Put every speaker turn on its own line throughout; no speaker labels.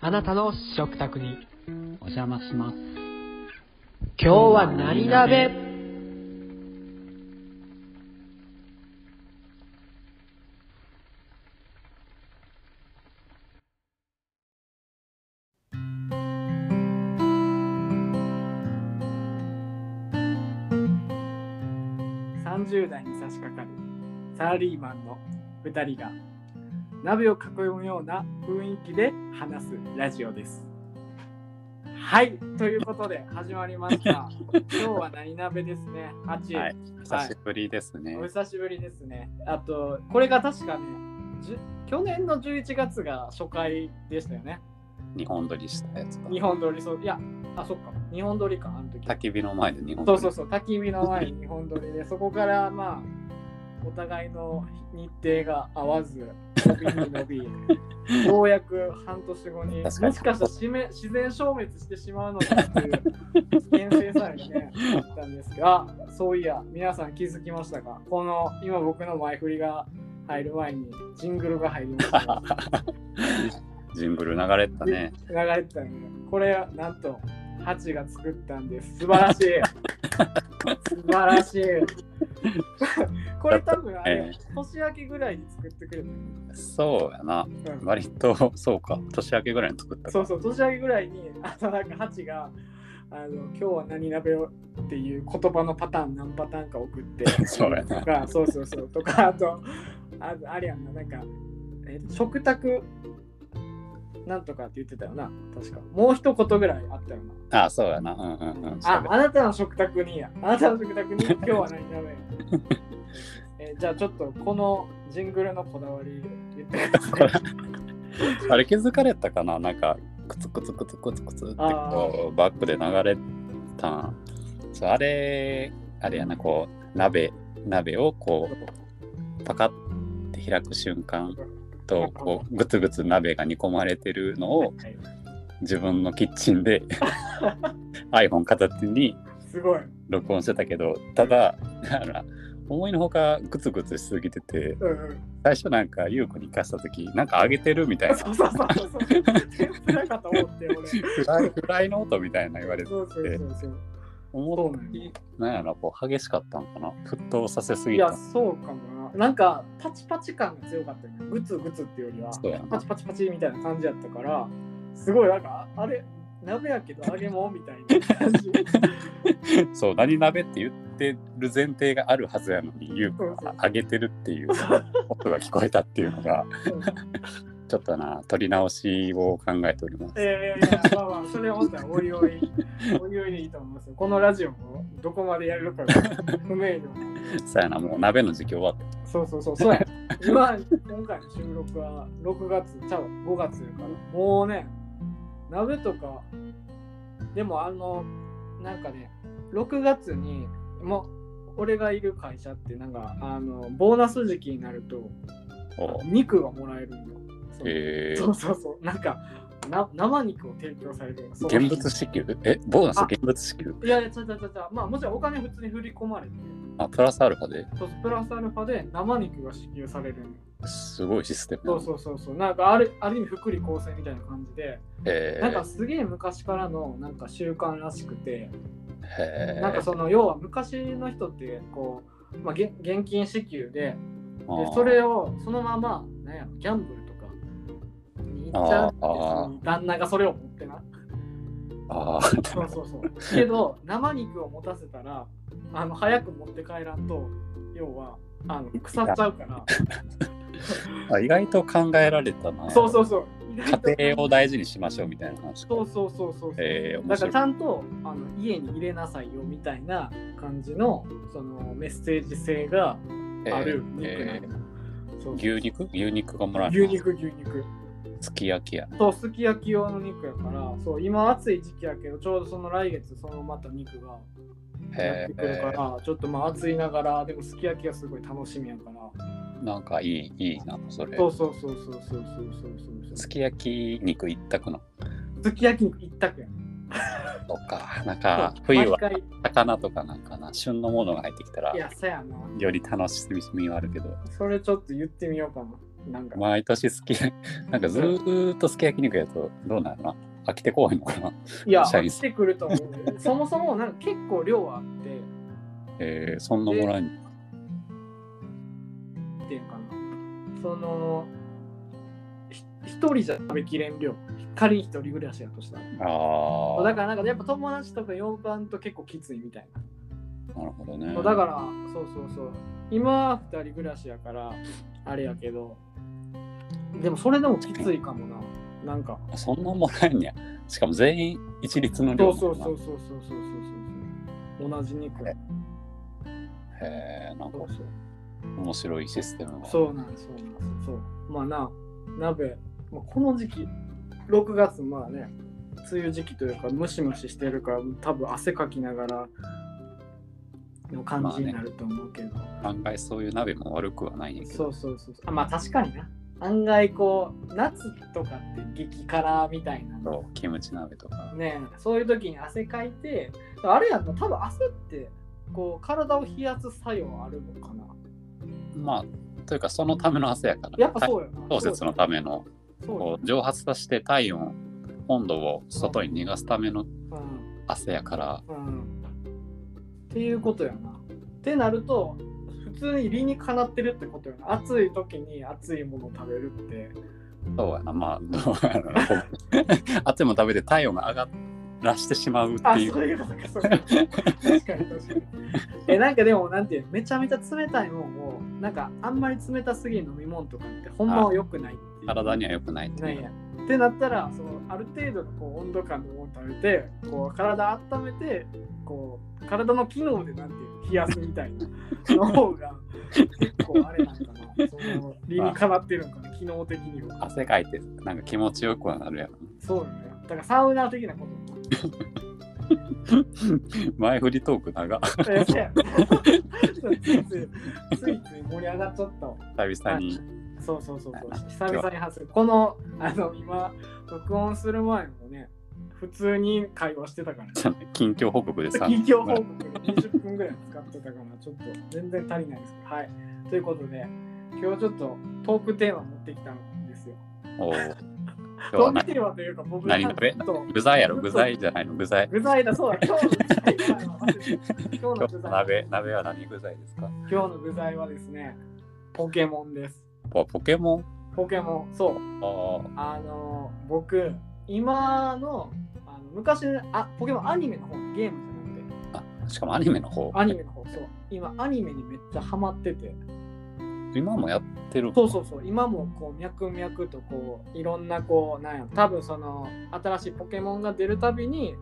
あなたの食卓に。
お邪魔します。
今日は何鍋
30代に差し掛かるサラリーマンの2人が鍋を囲むような雰囲気で話すラジオです。はい、ということで始まりま した。今日は何鍋ですね。あっち、
はい久しぶりですね。
お久しぶりですね。あと、これが確かね、じゅ去年の11月が初回でしたよね。
日本撮りしたやつだ。
日本撮りそう、いや、あ、そっか、日本撮りか、あの時。
焚き火の前で日本
そ
撮
う
り。
そうそう、焚き火の前に本撮りで、そこからまあ、お互いの日程が合わず、伸びに伸び、ようやく半年後に、も
確
し
かに
かしたら自然自然消滅してしまうのかっていう危険性さえね、あったんですが、そういや、皆さん気づきましたかこの、今僕の前振りが入る前に、ジングルが入りました。
ジングル流れてたね。
流れてたね。これはなんと、ハチが作ったんです。素晴 らしい。素晴らしい。これ多分あれ、
え
年明けぐらいに作ってくれ
そうやな。
た、うん
割と、そうか。年明けぐらいに作った
そ
か
うそう、年明けぐらいに、あのなんかハチが、あの今日は何鍋をっていう言葉のパターン何パターンか送って、
そうやな
とか、そうそうそう、とか、あと、ああれやんな、なんか、え食卓、なんとかって言ってたよな、確か。もう一言ぐらいあったよな。
ら。あ、そうやな。うんうんうん。
あ、あなたの食卓に、あなたの食卓に今日は何食べるえーじゃあちょっとこのジングルのこだわり言ってください。
あれ気づかれたかななんか、クツクツクツクツクツって
あ
こう、バックで流れたん。そう、あれ、あれやな、こう、鍋、鍋をこう、パカッて開く瞬間と、こう、ぐつぐつ鍋が煮込まれてるのを、自分のキッチン で iPhone 片手に
すごい。
録音してたけどただあの思いのほかグツグツしすぎてて
うんうん。
最初なんか優子に貸した時なんかあげてるみたいな
そうそうそうそう。天ぷらかと思って、俺。そう
フライフライの音みたいな言われて
そうそうそう。
思ったよりなんやろこう激しかったんかな沸騰させす
い
ぎ
や、
た
そうかもな。なんか、パチパチ感が強かったよね。グツグツっていうよりは、
そうやな
パチパチパチみたいな感じやったから、すごい、なんか、あれ、鍋やけど揚げ物みたいな感じ。
そう何鍋って言ってる前提があるはずやのに優子
そうそ
が
う
あげてるっ ていう音が聞こえたっていうのが
うん
ちょっとな取り直しを考えております
いやいやいや、まあまあ、それは本当においおい、おいおいでいいと思いますよ。このラジオもどこまでやるかが不明瞭な。
さやなもう鍋の時期終わった
そうそうそう、そうや。今、今回の収録は6月、ちゃう、5月やから。もうね、鍋とか、でもあの、なんかね、6月に、もう、俺がいる会社って、なんか、あの、ボーナス時期になると、
お
肉がもらえるんよ。そう
えー
そうそうそう、なんか、な生肉を提供される。そう
現物支給えボーナス
あ
現物支給
いやいや、ちゃうちゃうちゃうちゃうまあもちろんお金普通に振り込まれて、
あプラスアルファで
そうプラスアルファで生肉が支給されるのよ
すごいシステム
そうそうそうそう、なんかあるある意味福利厚生みたいな感じで、
へ
なんかすげえ昔からのなんか習慣らしくて、
えへえ
なんかその要は昔の人ってこう、まあ、げ現金支給ででそれをそのままなんやろギャンブルとかに行っちゃうって
あー
その旦那がそれを持ってな。
あー
そうそうそう。けど、生肉を持たせたら、あの早く持って帰らんと、要はあの腐っちゃうから、
あ意外と考えられたな
そうそうそう。意外と
家庭を大事にしましょうみたいな話
そうそうそうそう。
えー面
だか
白い
らちゃんとあの家に入れなさいよみたいな感じのそのメッセージ性が
えー
ある肉な
え
の。そう
ー牛肉牛肉がもらえる
牛肉牛肉。
すき焼きや
そう、すき焼き用の肉やから、そう、今暑い時期やけど、ちょうどその来月、そのまた肉がやっ
へ
てくるか
え
ら、ちょっとまあ暑いながら、でもすき焼きはすごい楽しみやから。
なんかいいいいなそれ
そうそうそうそうそうそうそうそう。
すき焼き肉一択の
すき焼き肉一択やん。
とかなんか冬は
毎回
魚とかなんかな旬のものが入ってきたら
いや、そやな。
より楽しみはあるけど
それちょっと言ってみようかな。なんか、
毎年好き、なんかずーっとすき焼き肉やとどうなるの飽きてこうへんのかない
や、
シャイ
飽
ン
きてくると思 う。そもそもなんか結構量あって、
えー、そんなもらえんの
っていうかなそのひ一人じゃ食べきれん量仮に一人暮らしだとしたら
ああ、
だからなんかやっぱ友達とか4番と結構きついみたい
なるほどね
な、。だからそうそうそう今は二人暮らしやからあれやけどでもそれでもきついかもななんか
あそんなもらえんねや。しかも全員一律の
そ
量
うそう
な
そうそうそうそうそうそう同じ肉
えへえ、なんか
そうそう
面白いシステムが。
そうなんですそうなんですそうまあな鍋、まあ、この時期6月まあね梅雨時期というかムシムシしてるから多分汗かきながらの感じになると思うけど、
案外そういう鍋も悪くはないんやけ
そ
ど。
うそうそうそうあまあ確かにな案外こう夏とかって激辛みたいな
そうキムチ鍋とか。
ねえそういう時に汗かいてあれやんな多分汗ってこう体を冷やす作用あるのかな
まあ、というかそのための汗やから。
やっぱそうやな
体調節のための、
そうや
こう蒸発させて体温、温度を外に逃がすための
なうん
汗やから、
うんっていうことやな。ってなると普通に理にかなってるってことやな。暑い時に暑いものを食べるって。
そうやな、まあ、どうやろな。こう 暑いもん食べて体温が上がらしてしまうって
あ、そう
いう。
いうことか。そういうことか確かに確かに。え、なんかでもなんていうめちゃめちゃ冷たいもんをなんかあんまり冷たすぎる飲み物とかってほんまは良くないっていう。
体には良くないって
ないん
う。
やってなったらそのある程度のこう温度感のものを食べてこう体温めてこう体の機能でなんていうの冷やすみたいなの方が結構あれなんかなその理にかなってるのかな機能的には
汗かいてなんか気持ちよくはなるやろ
そうよねだからサウナー的なこと
前振りトーク長久
えそうやそうついついついつい盛り上がっちゃったわ
々に
そうそうそうそう
は
久々に話するこのあの今録音する前もね普通に会話してたからね
近況報告でさ
企業報告で20分ぐらい使ってたから、ちょっと全然足りないですけど。はい。ということで、今日ちょっとトークテーマ持ってきたんですよ。
おー 今日
トーク
はな
テーマというか、僕
何鍋
ちょっと
具材やろ具材じゃないの具材
具材だ、そうだ、今日の具材は忘れてた今日の
今日
具
の
材
鍋鍋は何具材ですか
今日の具材はですね、ポケモンです。
あポケモン
ポケモン、そう。
あ
あの、僕、今の、あの昔あ、ポケモンアニメの方、ゲームじゃなくて、
ーあしかもアニメの方
アニメの方、そう。今、アニメにめっちゃハマってて。
今もやってる
そうそうそう今もこう脈々とこういろんなこうなんやろ多分その新しいポケモンが出るたびに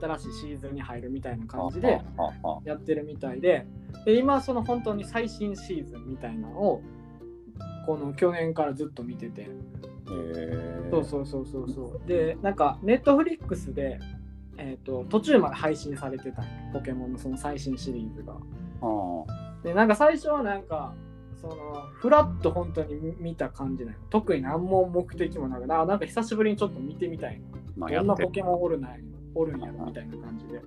新しいシーズンに入るみたいな感じで
ああああ
やってるみたいでで今その本当に最新シーズンみたいなのをこの去年からずっと見てて
えー、
そうそうそうそうそうでなんかネットフリックスで、えー、と途中まで配信されてたんよポケモンのその最新シリーズが。
あ
でなんか最初はなんかそのフラッと本当に見た感じなの特に何も目的もなくあなんか久しぶりにちょっと見てみたい
ーまあ
な
や
ど
っ
んな
て
ポケモンおるないおるんやろみたいな感じで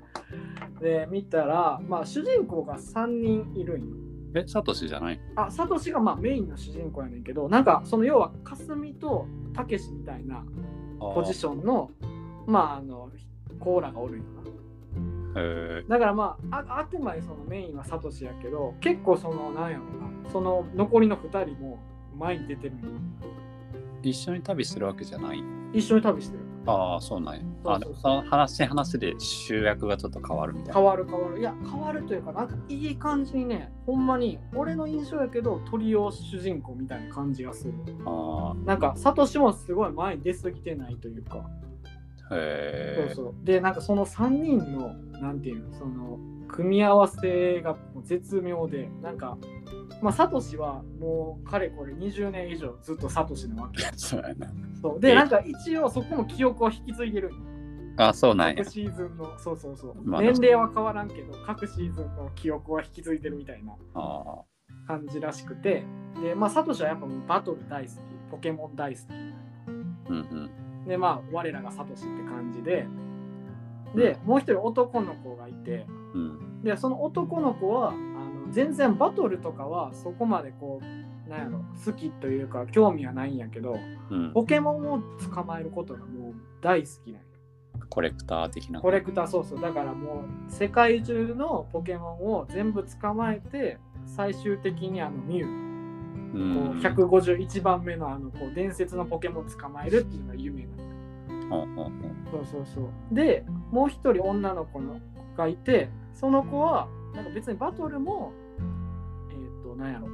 で見たらまあ主人公が3人いるんよ
えサトシじゃない
あサトシがまあメインの主人公やねんけどなんかその要はかすみとたけしみたいなポジ
ョ
ションのまああのコーラがおるんよな
ンえ
だからまあああくまでそのメインはサトシやけど結構そのなんやろなその残りの2人も前に出てるんよ
ー、一緒に旅してるわけじゃない
一緒に旅してる
ああそうなんやあで
そうそうそう
もその話話で主役がちょっと変わるみたいな
変わる変わるいや変わるというかなんかいい感じにねほんまに俺の印象やけど鳥を主人公みたいな感じがする
あ
なんかサトシもすごい前に出過ぎてないというか、
あへえ
そうそうでなんかその3人のなんていうのその組み合わせがもう絶妙でなんかまあサトシはもうかれこれ20年以上ずっとサトシなわけ
そうやな。
そう
え
で、
え
なんか一応そこも記憶を引き継いでるんよ。
あ、そうなんや
各。シーズンの、そうそうそう。
まあ
年齢は変わらんけど、各シーズンの記憶は引き継いでるみたいな
あ
感じらしくて、で、まあ、サトシはやっぱもうバトル大好き、ポケモン大好
ーうんうん。
き。で、まあ、我らがサトシって感じで、で、もう一人男の子がいて、
うん。
でその男の子はあの全然バトルとかはそこまでこうなんやろ好きというか興味はないんやけど
うん、
ポケモンを捕まえることがもう大好きなんよ
コレクター的な。
コレクターそうそうだからもう世界中のポケモンを全部捕まえて最終的にあのミュウ
う、
こうん151番目のあのこう伝説のポケモン捕まえるっていうのが夢なの
うんうん
そうそうそうでもう一人女の子の子がいてその子はなんか別にバトルもえっ、となんやろ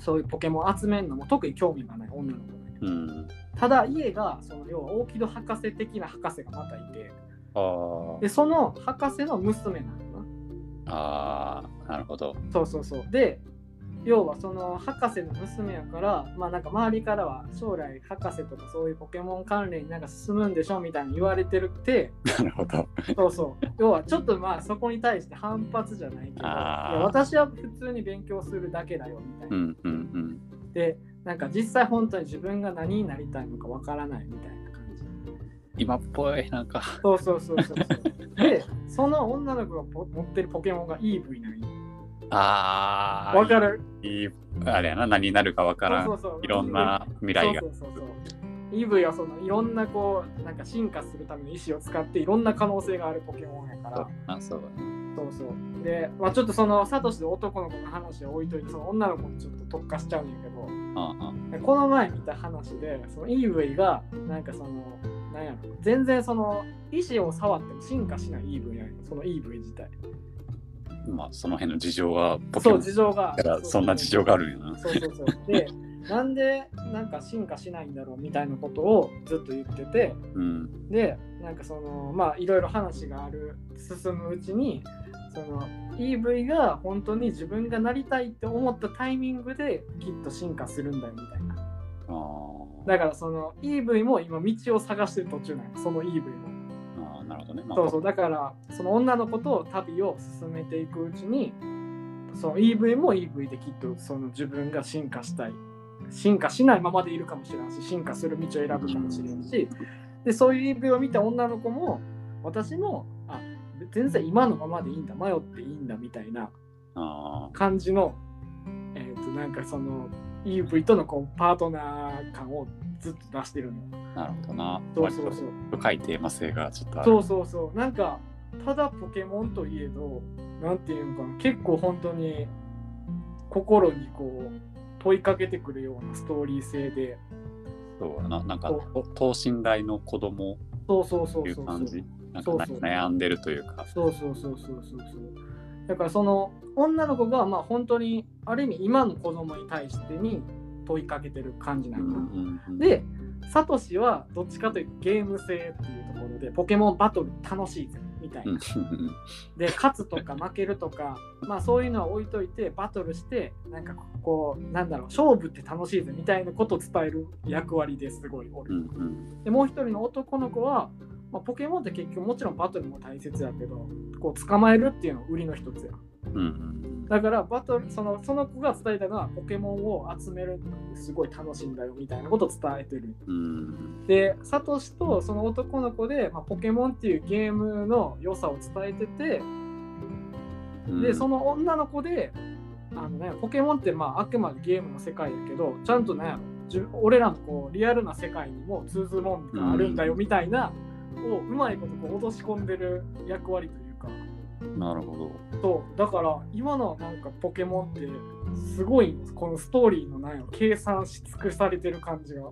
そういうポケモン集めるのも特に興味がない女の子なんや
うんうん。
ただ家がその要は大木戸博士的な博士がまたいて
あ
でその博士の娘なのよな
あ。ああ、なるほど。
そうそうそう。で、要はその博士の娘やから、まあなんか周りからは将来博士とかそういうポケモン関連になんか進むんでしょみたいに言われてるって、
なるほど。
そうそう。要はちょっとまあそこに対して反発じゃないけど、い
あー
や私は普通に勉強するだけだよみたいうな。
んうん
で、なんか実際本当に自分が何になりたいのかわからないみたいな感じ。
うん。今っぽい、なんか。
そうそうそうそうそう。 で、その女の子がポ持ってるポケモンが EV なんよ
ああ。
わかる
いいあれやな、何になるかわから
そ
ん。
うそうそう
いろんな未来が
そう。そうそうそうイブはそのいろんなこうなんか進化するための意思を使っていろんな可能性があるポケモンやか
そ
ら
うあそう
そうそうで、まあ、ちょっとそのサトシで男の子の話は置いといてその女の子にちょっと特化しちゃうんやけど
うん
この前見た話でそのイブイがなんかそのなんやろ全然その意思を触っても進化しないイブイやんよそのイブイ自体
うん。まあ、その辺の事情がポケ
そ
モ
う
ン
事情が
だから、そんな事情があるんやな。
そうそうそう。で、なんでなんか進化しないんだろうみたいなことをずっと言ってて、
うん。
で、なんかその、まあいろいろ話がある、進むうちに、その EV が本当に自分がなりたいって思ったタイミングできっと進化するんだよみたいな。
あー
だからその EV も今道を探してる途中なんよその EV も。
あー、なるほどね。まあ
そうそうだからその女の子と旅を進めていくうちにその EV も EV できっとその自分が進化したい進化しないままでいるかもしれんし進化する道を選ぶかもしれんしでそういう EV を見た女の子も私もあ全然今のままでいいんだ迷っていいんだみたいな
あ
感じのえっ、となんかその EV とのこうパートナー感をずっと出してるのよ。
あ、なるほどな。
そうそうそう
割と深いテーマ性がちょっとある。
そうそうそうなんかただポケモンといえどなんていうのかな結構本当に心にこう問いかけてくるようなストーリー性で
そうやな。なんか
そう、
と等身大の子供
そうそうそ
というう
そう
感じ。なんか
そう
な
そう
悩んでるというか。
そうそうそうそうそうそうだからその女の子がまあ本当にある意味今の子供に対してに問いかけてる感じな
うん
だ、
んうん
でサトシはどっちかというとゲーム性っていうところでポケモンバトル楽しいぜみたいな
うんうん
で勝つとか負けるとかまあそういうのは置いといてバトルしてなんかこうなんだろう勝負って楽しいぜみたいなことを伝える役割ですごい俺
うんうん
でもう一人の男の子は、まあ、ポケモンって結局もちろんバトルも大切だけどこう捕まえるっていうのが売りの一つや
うんうん
だからバトルそのその子が伝えたのはポケモンを集めるのってすごい楽しいんだよみたいなことを伝えてる
うん
でサトシとその男の子で、まあ、ポケモンっていうゲームの良さを伝えてて
うん
でその女の子であの、ね、ポケモンってまああくまでゲームの世界だけどちゃんとねじゅ俺らのこうリアルな世界にも通ずるもんがあるんだよみたいな、をうまいことこう落とし込んでる役割というか
なるほど。
そうだから今のなんかポケモンってすごいこのストーリーのなんやろ計算し尽くされてる感じが、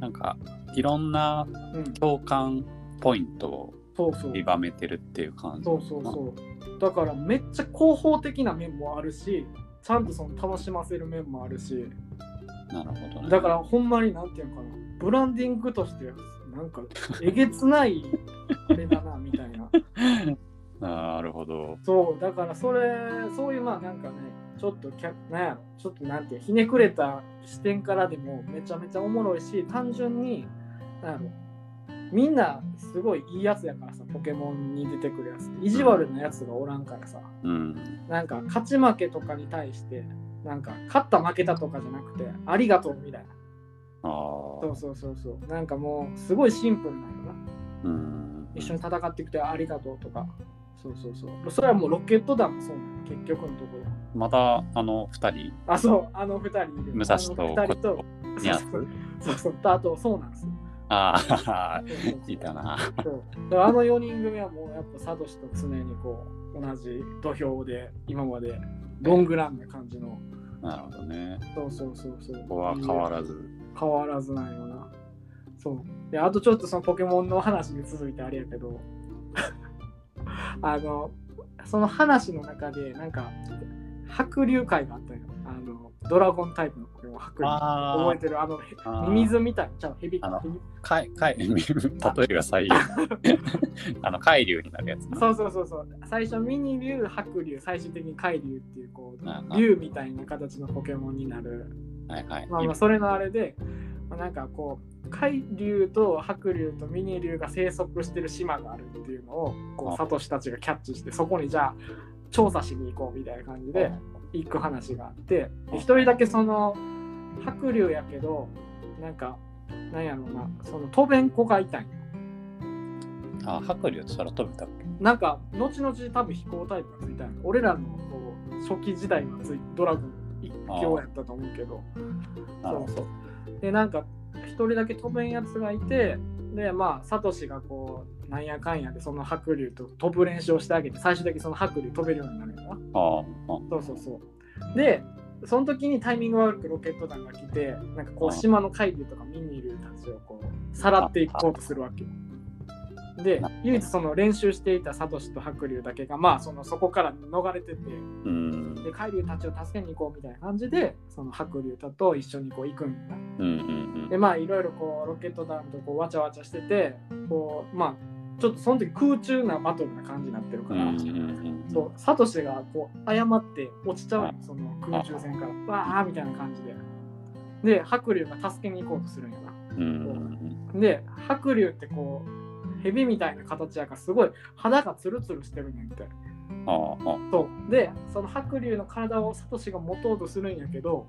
なんかいろんな
うん、
共感ポイントを
そうそう
歪めてるっていう感じ。
そうそうそうだからめっちゃ広報的な面もあるしちゃんとその楽しませる面もあるし
なるほど、ね。
だからほんまになんていうのかなブランディングとしてなんかえげつないあれだなみたいな
なるほど。
そうだからそれそういうまあなんかねちょっと客なんやろちょっとなんていうひねくれた視点からでもめちゃめちゃおもろいし単純になんやろみんなすごいいいやつやからさポケモンに出てくるやつって意地悪なやつがおらんからさ
うん。
なんか勝ち負けとかに対してなんか勝った負けたとかじゃなくてありがとうみたいな
ああ。
そうそうそうそう。なんかもうすごいシンプルなんよな。
うん。
一緒に戦ってきてありがとうとか。そうそうそう。もうそれはもうロケット弾もそうなの、結局のところ。
またあの2人
あ、そう、あの二人いる。
武蔵
あの
と
二人と、
にゃ
そうそうそう、とあと、そうなんですよ。
ああ
そうそうそう
いたな
そうだからあの4人組はもうやっぱサトシと常にこう同じ土俵で今までロングランな感じの
なるほどね
そうそうそうそう
ここは変わらず
変わらずなんよなそうであとちょっとそのポケモンの話に続いてあれやけど あのその話の中でなんか白竜会があったよあのドラゴンタイプのポケモン白竜
あー
覚えてるあの
あー
ミミズみたいちゃうヘビ
あの
ヘビ
かいかい例えが 最悪あの海流になるやつな
そうそうそうそう最初ミニ竜白竜最終的に海竜っていうこ
うんう
うん竜みたいな形のポケモンになる
はいはい、
まあまあそれのあれで、まあ、なんかこう海竜と白竜とミニ竜が生息してる島があるっていうのをこう
あ
サトシたちがキャッチしてそこにじゃあ調査しに行こうみたいな感じで行く話があってで一人だけその白竜やけどなんかなんやろうなその渡弁子がいたんよ
あ白竜と空飛べたっけ
なんか後々多分飛行タイプがついたんや俺らのこう初期時代はついドラゴン一強やったと思うけど
なるほど
でなんか一人だけ飛べんやつがいてでまあサトシがこうなんやかんやでその白竜と飛ぶ練習をしてあげて最終的にその白竜飛べるようになるんだな
あああ
そうそうそうでその時にタイミング悪くロケット弾が来てなんかこう
あ
島の海竜とかミニ竜たちをこうさらっていこうとするわけよで唯一その練習していたサトシと白竜だけがまあそのそこから逃れてて
うん
で海竜たちを助けに行こうみたいな感じでその白竜たちと一緒にこう行くんだ
うんうん
でまあいろいろこうロケット弾とこうわちゃわちゃしててこうまあちょっとその時空中なバトルな感じになってる
う
か
んう
ら、
んうん
そうサトシがこう誤って落ちちゃうの
あ
その空中戦からわあみたいな感じでで白竜が助けに行こうとするんや
うんうん
なで白竜ってこう蛇みたいな形やからすごい肌がツルツルしてるんやって
ああ
そうでその白竜の体をサトシが持とうとするんやけど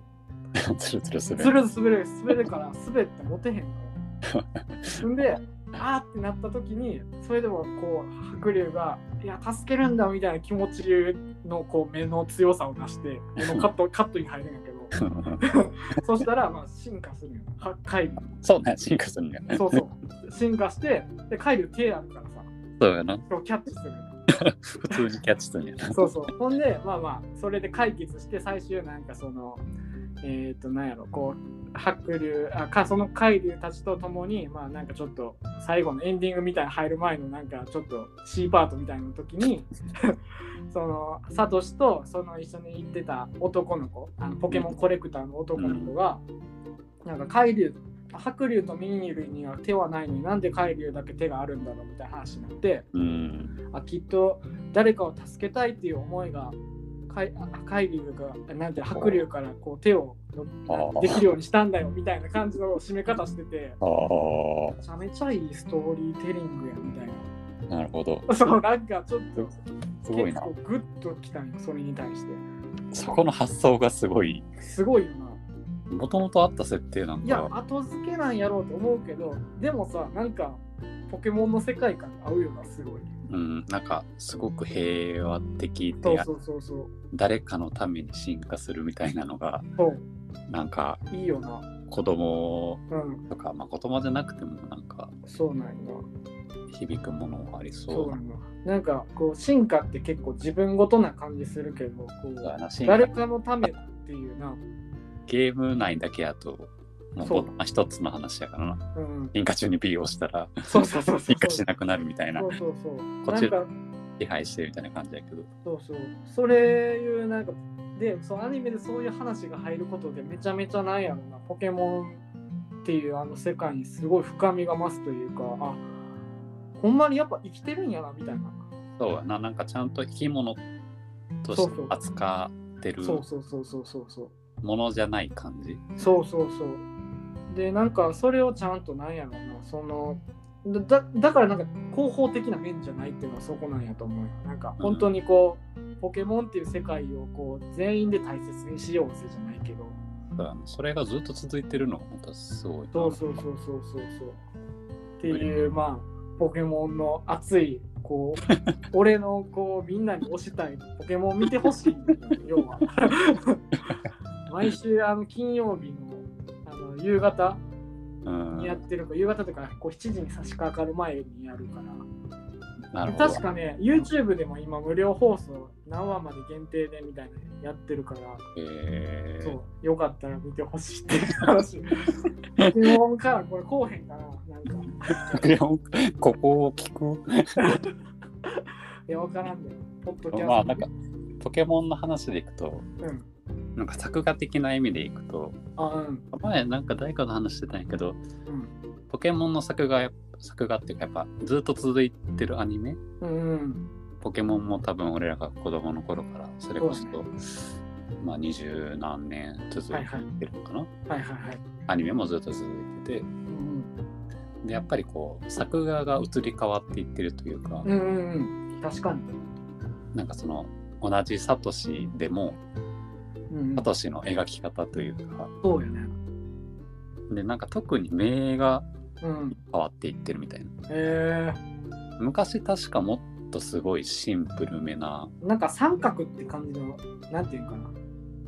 あ つるつるする
つる滑る滑るから滑って持てへんのよ。んであーってなった時にそれでもこう白龍が「いや助けるんだ」みたいな気持ちのこう目の強さを出して目のカットカットに入るんやけどそしたらまあ進化するんやなは海
そうね進化するね
龍そうそう進化してで海龍手あるからさ
そうやな
それをキャッチするんや
普通にキャッチするんやな
そうそう。ほんで、まあまあ、それで解決して、最終なんかその、えっ、と、なんやろ、こう、白龍、あか、その海龍たちと共に、まあなんかちょっと、最後のエンディングみたいに入る前の、なんかちょっと C パートみたいな時に、 その、サトシと、その一緒に行ってた男の子、あのポケモンコレクターの男の子が、なんか海龍、白龍とミニルには手はないのになんで海龍だけ手があるんだろうみたいな話になって、
うん
あきっと誰かを助けたいっていう思いが海海竜がなんて白竜からこう手をの
あー
できるようにしたんだよみたいな感じの締め方してて
ああ
めちゃめちゃいいストーリーテリングやみたいな
なるほど。
そうなんかちょっと
すごいな
結。構グッときたんよそれに対して
そこの発想がすごい。
すごいよな
もともとあった設定なん
いや
か、
後付けなんやろうと思うけどでもさなんかポケモンの世界観が合うよなすごい
うん、なんかすごく平和的
そう
で、
そうそうそう
誰かのために進化するみたいなのが、
そう
なんか
いいよな
子供
うん
とか、まあ子供じゃなくてもなんか
そうなんよな
響くものがあり
そう
そう
な
な。
んだなんかこう進化って結構自分ごとな感じするけどこ
そうや
う
な進化
誰かのためっていうな、
ゲーム内だけやと、もう
そう
ボタン一つの話やからな。
うん、
進化中に B を押したら、
そうそうそうそう
進化しなくなるみたいな
そ、うそうそう
こ
な
っ
ん
ち
か
手配してるみたいな感じやけど。
そうそうそれいうなんかでそうアニメでそういう話が入ることでめちゃめちゃなんやろなポケモンっていうあの世界にすごい深みが増すというかあほんまにやっぱ生きてるんやなみたいな
そうやな、なんかちゃんと生き物
そ
とし
う
て
そう
扱ってる
そうそうそうそうそうそう
ものじゃない感じ。
そうそうそう。で、なんかそれをちゃんとなんやろな、その、だだからなんか広報的な面じゃないっていうのはそこなんやと思うよ。なんか本当にこう、ポケモンっていう世界をこう全員で大切にしようぜじゃないけど、
そうやなそれがずっと続いてるのがまたすごいな。
そうそうそうそうそうそう。っていう、まあ、ポケモンの熱いこう俺のこうみんなに推したいポケモン見てほしい要は毎週あの金曜日のあの夕方
うん
にやってるか、夕方とかこう7時に差し掛かる前にやるから
なるほど
確かね YouTube でも今無料放送何話まで限定でみたいなのやってるから
え
そ
ー
うよかったら見てほしいっていう話ポケモンからこれこうへんかななんか
ポケモン ここを聞く
いやわからんで、ポッドキャストで
まあなんかポケモンの話でいくと
うん
なんか作画的な意味でいくと
あうん
前なんか誰かの話してたんやけど
うん
ポケモンの作画や作画っていうかやっぱずっと続いてるアニメ
うんうん
ポケモンも多分俺らが子供の頃からそれこそ、
そうだ
まあ二十何年続いてるのかな、
はいはいはい
アニメもずっと続いてて
うん
でやっぱりこう作画が移り変わっていってるというか、
うんうんうん確かに
なんかその同じサトシでも
うん
サトシの描き方というか
そうよね
でなんか特に名が
うん
変わっていってるみたいな
え
昔確かもっとすごいシンプルめな
ー、なんか三角って感じのなんていうかな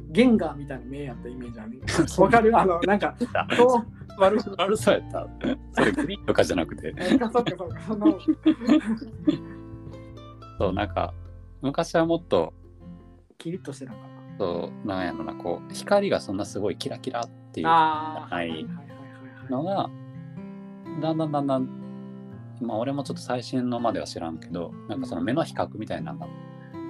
ゲンガーみたいな目やったイメージある わかるあのなんかこう
悪悪そうやったそれグリーンとかじゃなくて
えそっかそっかその
そうなんか昔はもっと
キリッとしてなかっ
そうなんやろなこう光がそんなすごいキラキラってい
た
う
あー
は
はいいはいはいはい
のがだんだんだんだんまあ俺もちょっと最新のまでは知らんけどなんかその目の比較みたいなのが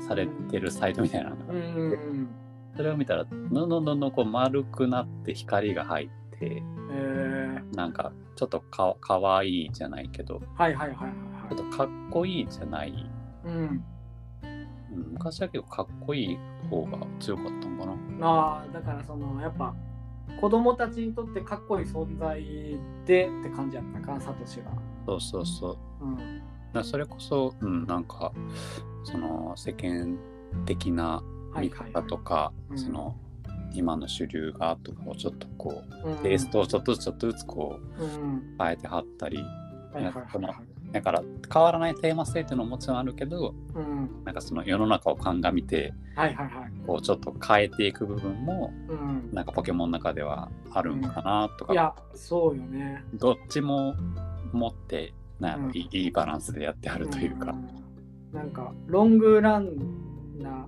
されてるサイトみたいなのが
うんうん
それを見たらどんどんどんどんこう丸くなって光が入って
うんえ
なんかちょっとかかわいいじゃないけど
ー、はいはいはいはい
ちょっとかっこいいじゃない
はいうん
うん昔は結構かっこいい方が強かったんかな
ああだからそのやっぱ子供たちにとってかっこいい存在でって感じやったかサトシが。
そうそうそうだか
うん
らそれこそ、うん、なんかその世間的な見方とか
うん
その今の主流がとかをちょっとこ
うん
うテイストをちょっとずつちょっとずつこう
うん
変えてはったり
はいはいはいはい
だから変わらないテーマ性っていうのももちろんあるけど
うん
なんかその世の中を鑑みて
はいはいはい
こうちょっと変えていく部分も
うん
なんかポケモンの中ではあるんかなと
い
か、
やそうよね。
どっちも持ってなんやろ
うん
いいいいバランスでやってあるというか、
んなんかロングランな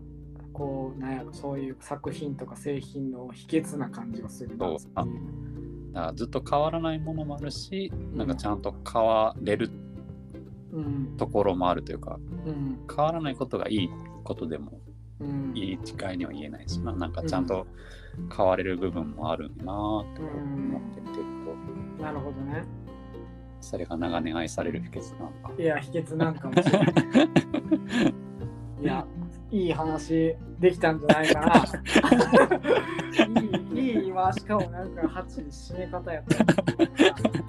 こうなんやろそういう作品とか製品の秘訣な感じがするな
そうあだからずっと変わらないものもあるしなんかちゃんと変われる
うん
ところもあるというか
うん
変わらないことがいいことでも
うん
いい違いには言えないしななんかちゃんと変われる部分もあるんやなって思って見てると
なるほどね。
それが長年愛される秘訣なんか
いや、秘訣なんかもしれ ない。いや、いい話できたんじゃないか な。いい、いい今、しかもなんか、ハチに締め方やった。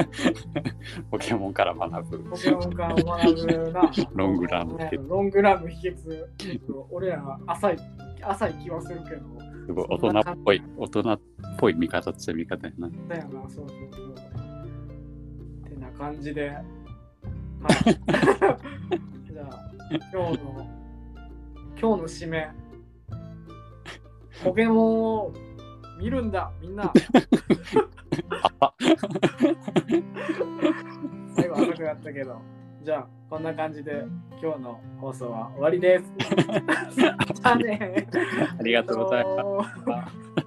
ポケモンから学ぶ
ポケモンから学ぶな。
ロングランの秘訣
ロングランの秘訣。ちょっと俺らは浅い、浅い気はするけど。
すごい大人っぽい大人っぽい見方っちゃ見方や な
だよな、そうそうそう。てな感じで。はい。じゃあ、今日の、今日の締め。ポケモンを見るんだ、みんな。最後浅くなったけど。じゃあ、こんな感じで今日の放送は終わりです。じゃあね
ありがとうございま
ま
した